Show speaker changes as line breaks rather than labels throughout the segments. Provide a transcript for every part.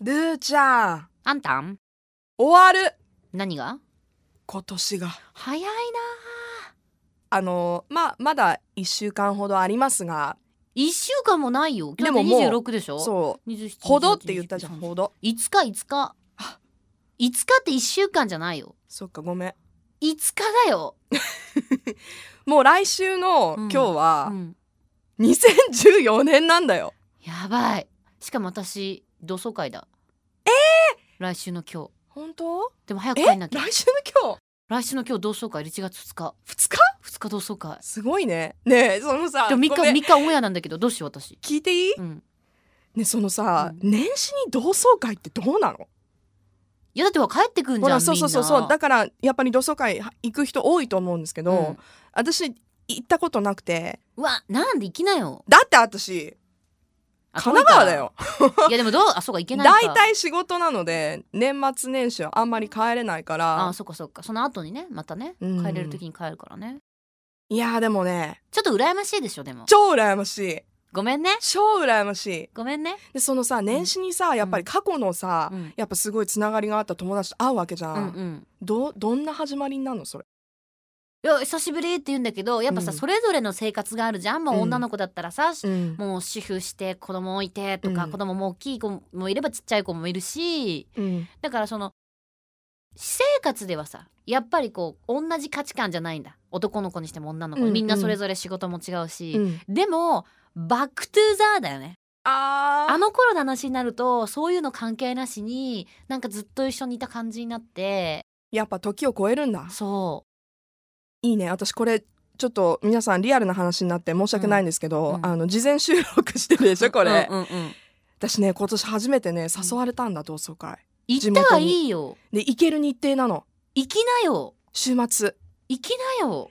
ルーちゃん
あんたん
終わる
何が
今年が
早いなあ
あのまあまだ1週間ほどありますが
一週間もないよ今
で
日で
ももう
26でしょう
そう
27
ほどって言ったじゃんほど
5日5日5日って一週間じゃないよ
そっかごめん
5日だよ、
もう来週の
うん
今日は
うん、
2014年なんだよ
やばいしかも私同窓会だえー、来週の今日
本当
でも早く
え
帰んな
来
きゃ
週の今
来週の今日同窓会1月2日
日2日
2日同窓会
すごいねねえそのさ
でも3
ごめ
日
ん
三日オンエアなんだけどどうしよう私
聞いていい
うん
ねそのさ、
うん
年始に同窓会ってどうなの
いやだっては帰ってくんじ
ほ
ゃ
ら
ん
そうそうそうそうだ
だ
からやっぱり同窓会行く人多いと思うんですけど、
うん
私行ったことなくて
うわなんで行きなよ
だって私
あ
神奈川だよ
いやでもどうあそうか行けないか
大体仕事なので年末年始はあんまり帰れないか
あ
ら
そうかそうかその後にねまたね
うん
帰れる時に帰るからね
いやーでもね
ちょっと羨ましいでしょでも
超羨ましい
ごめんね
超羨ましい
ごめんね
でそのさ年始にさやっぱり過去のさ、
うん
やっぱすごいつながりがあった友達と会うわけじゃ、
うんうんん
どどんな始まりになるのそれ
いや久しぶりって言うんだけどやっぱさ、
うん
それぞれの生活があるじゃんもう女の子だったらさ、
うん
もう主婦して子供いてとか、
うん
子供も大きい子もいればちっちゃい子もいるし
うん
だからその私生活ではさやっぱりこう同じ価値観じゃないんだ男の子にしても女の子、
うんうん
みんなそれぞれ仕事も違うし
う、ん
でもバックトゥーザーだよね
あー
あの頃の話になるとそういうの関係なしになんかずっと一緒にいた感じになって
やっぱ時を超えるんだ
そ
いいね私これちょっと皆さんリアルな話になって申し訳ないんですけど、
うんうん
あの事前収録してるで
う
しょこれ、
うんうんうん
私ね今年初めてね誘われたんだ同窓会
行ったはいいよ
で行ける日程なの
行きなよ
週末
行きなよ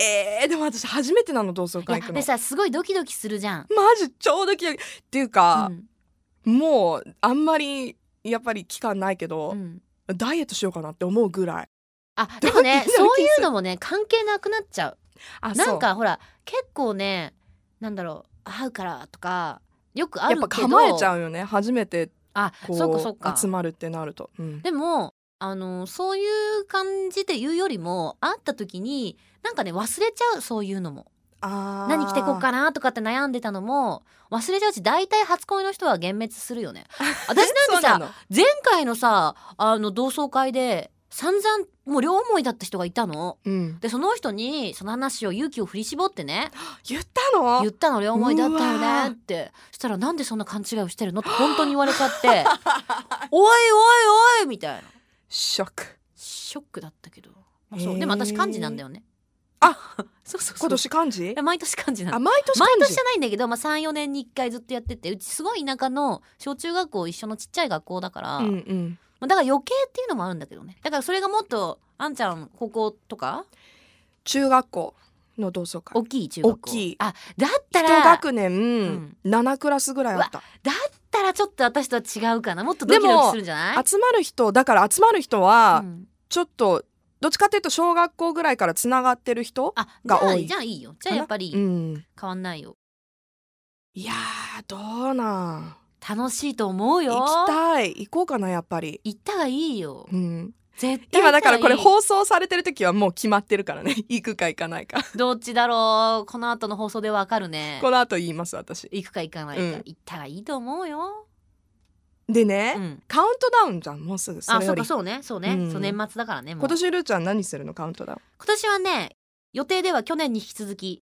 えー、でも私初めてなの同窓
いや
会行くの
でさすごいドキドキするじゃん、
マジ超ドキドキっていうか
う、ん
もうあんまりやっぱり期間ないけど
う、ん
ダイエットしようかなって思うぐらい
あでもね
ドキドキする
そういうのもね関係なくなっちゃう
あ
なんかほら結構ねなんだろう会うからとかよくあ
や
る
っ
け
ぱ
ど
構えちゃうよね初めて
あ
こ
そうかそう
う
か
集まるってなると、うん
でもあのそういう感じで言うよりも会った時になんかね忘れちゃうそういうのも
あー
何着てこうかなとかって悩んでたのも忘れちゃうし大体初恋の人は幻滅する よね私なんて
そう
さ
の
前回のさあの同窓会で散々もう両思いだった人がいたの。
うん、
でその人にその話を勇気を振り絞ってね
言ったの
言ったの両思いだったよ
うわ
ね
ー
ってそしたらなんでそんな勘違いをしてるのって本当に言われちゃって おいおいおいみたいな
ショック
ショックだったけど、まあそう
へー
でも私漢字なんだよね
あ
そうそう
今
そう
年漢字
いや毎年漢字な
あ
の
毎年漢
毎年
字
じゃないんだけど、まあ、34年に1回ずっとやっててうちすごい田舎の小中学校一緒のちっちゃい学校だから、
う
ま
んうん
あだから余計っていうのもあるんだけどねだからそれがもっとあんちゃん高校とか
中学校の同窓会
大きい中学校
大きい
あだった
一
ら
学年、
ん
7クラスぐらいあった
だったらちょっと私とは違うかなもっとドキドキするんじゃない
集まる人だから集まる人は
うん
ちょっとどっちかっていうと小学校ぐらいからつながってる人
あじゃ
が多
あ
い
じゃあいいよじゃあやっぱり
うん
変わんないよ
いやーどうなん
楽しいと思うよ
行きたい行こうかなやっぱり、
行ったがいいよ
うん、
絶対
今
行った
だからこれ
方がいい
放送されてる時はもう決まってるからね 行くか行かないか
どっちだろうこの後の放送でわかるね
この後言います私
行くか行かないか、
うん
行ったらいいと思うよ、
で
う
ね、
ん、
カウントダウンじゃんもうすぐそ
あ
れ
そ
よ
う
り
かそうねそうね、
うん
そう年末だからねもう
今年ルーちゃん何するのカウントダウン
今年はね予定では去年に引き続き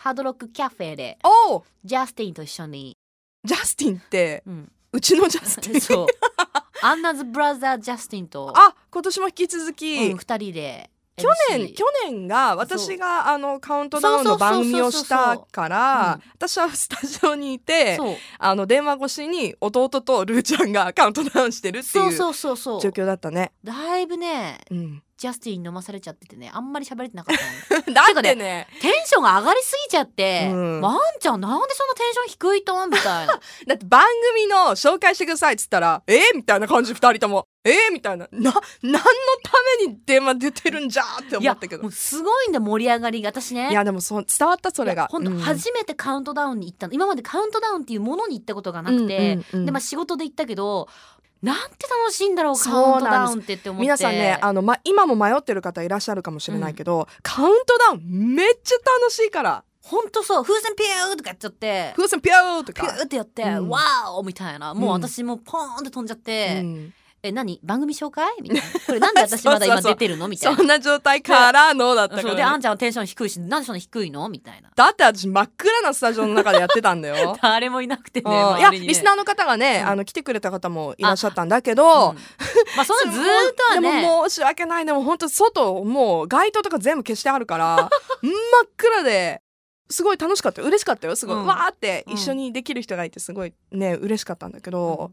ハードロックキャフェで
おお
ジャスティンと一緒に、
ジャスティンって
うん、
うちのジャスティン
そう アンナズ・ブラザー・ジャスティンと
あ今年も引き続き、
うん、2人で
去年
MC
去年が私があのカウントダウンの番組をしたから私はスタジオにいて
そう
あの電話越しに弟とルーちゃんがカ ウントダウンしてるってい
そう
う
そうそうそう
状況だったね。
だいぶね
うん、
ジャスティンに飲まされちゃっててねあんまり喋れてなかったの
だってね
テンションが上がりすぎちゃって、
うん
ワンちゃんなんでそんなテンション低いとんみたいな
だって番組の紹介してくださいっつったらえー、みたいな感じ2人ともえー、みたいなな何のために電話出てるんじゃーって
い
思
や
ったけど
もうすごいんだ盛り上がりが私ね
いやでもそう伝わったそれ
いや
が
本当
うん
初めてカウントダウンに行ったの、今までカウントダウンっていうものに行ったことがなくて、
うんうんうん
でまあ仕事で行ったけどなんて楽しいんだろうカウ
そう
ントダ
なんです
ウンってって思って
皆さんねあの、ま、今も迷ってる方いらっしゃるかもしれないけど、カウントダウンめっちゃ楽しいから
ほんとそう風船ピューとかやっちゃって
風船ピューと
ピュ
か、
ーってやって、
うん
わーおみたいなもう私もうポーンって飛んじゃっ
う
て、
ん、
え何番組紹介みたいなこれなんで私まだ今
そうそうそう
出てるのみたいな
そんな状態からのだったか
そう
ら
で
ね、
あんちゃんはテンション低いしなんでそんな低いのみたいな。
だって私真っ暗なスタジオの中でやってたんだよ
誰もいなくてね
うんいや
周りにね
リスナーの方がね、
うん
あの来てくれた方もいらっしゃったんだけど、
うんまあそん なずーっとはね
でも申し訳ないでも本当外もう街灯とか全部消してあるから 真っ暗ですごい楽しかったよ嬉しかったよすごい、
うん
わーって一緒にできる人がいてすごいね嬉しかったんだけど、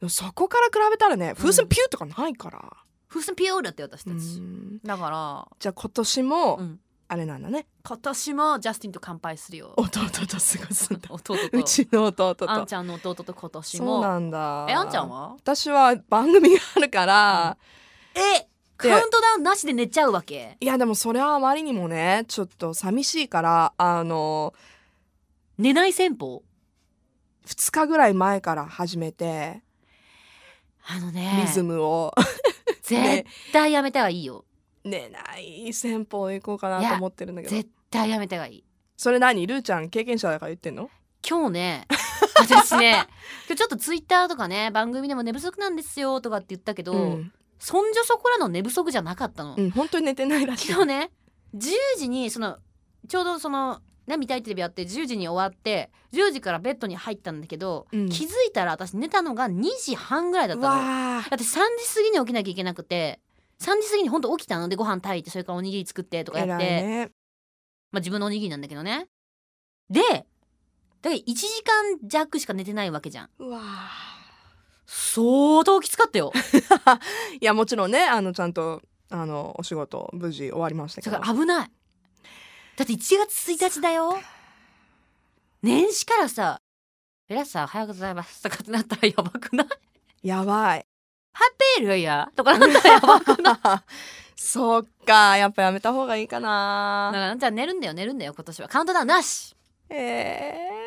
でもそこから比べたらね風船ピューとかないから、
風船ピューだって私たち、
うん
だから
じゃあ今年も、
うん
あれなんだね
今年もジャスティンと乾杯するよ。
弟と過ごすんだ
弟
う
と。
ちの弟と
あんちゃんの弟と今年
そう
も。
なんだ
え、あんちゃんは
私は番組があるから、
えカ
で
ウントダウンなしで寝ちゃうわけ
いやでもそれはあまりにもねちょっと寂しいからあの
寝ない戦法
2日ぐらい前から始めて
あのね
リ、ズムを、
絶対やめた方がいいよ。
寝ない戦法行こうかなと思ってるんだけど
絶対やめた方がいい。
それ何ルーちゃん経験者だから言ってんの
今日ね、 私ね、今日ちょっとツイッターとかね、番組でも寝不足なんですよとかって言ったけど、
うん、
そんじょそこらの寝不足じゃなかったの。
うん、本当に寝てないらしい
昨日ね10時にそのちょうどその見たいテレビやって10時に終わって10時からベッドに入ったんだけど、
うん
気づいたら私寝たのが2時半ぐらいだっ
う
たのだ
わー
って3時過ぎに起きなきゃいけなくて3時過ぎに本当起きたのでご飯炊いてそれからおにぎり作ってとかや
偉
っ
い
て、
ね
まあ自分のおにぎりなんだけどねでだから1時間弱しか寝てないわけじゃん
うわ
相当きつかった よ
ーいやもちろんねあのちゃんとあのお仕事無事終わりましたけ
だ
ど
から危ないだって1月1日だよ年始からさ「皆さんおはようございます」とかってなったらやばくない
やばい
ペルやとかなったらやばくない
そっかやっぱやめた方がいいか
だか
な
らなんちゃん寝るんだよ寝るんだよ今年はカウントダウンなし
えー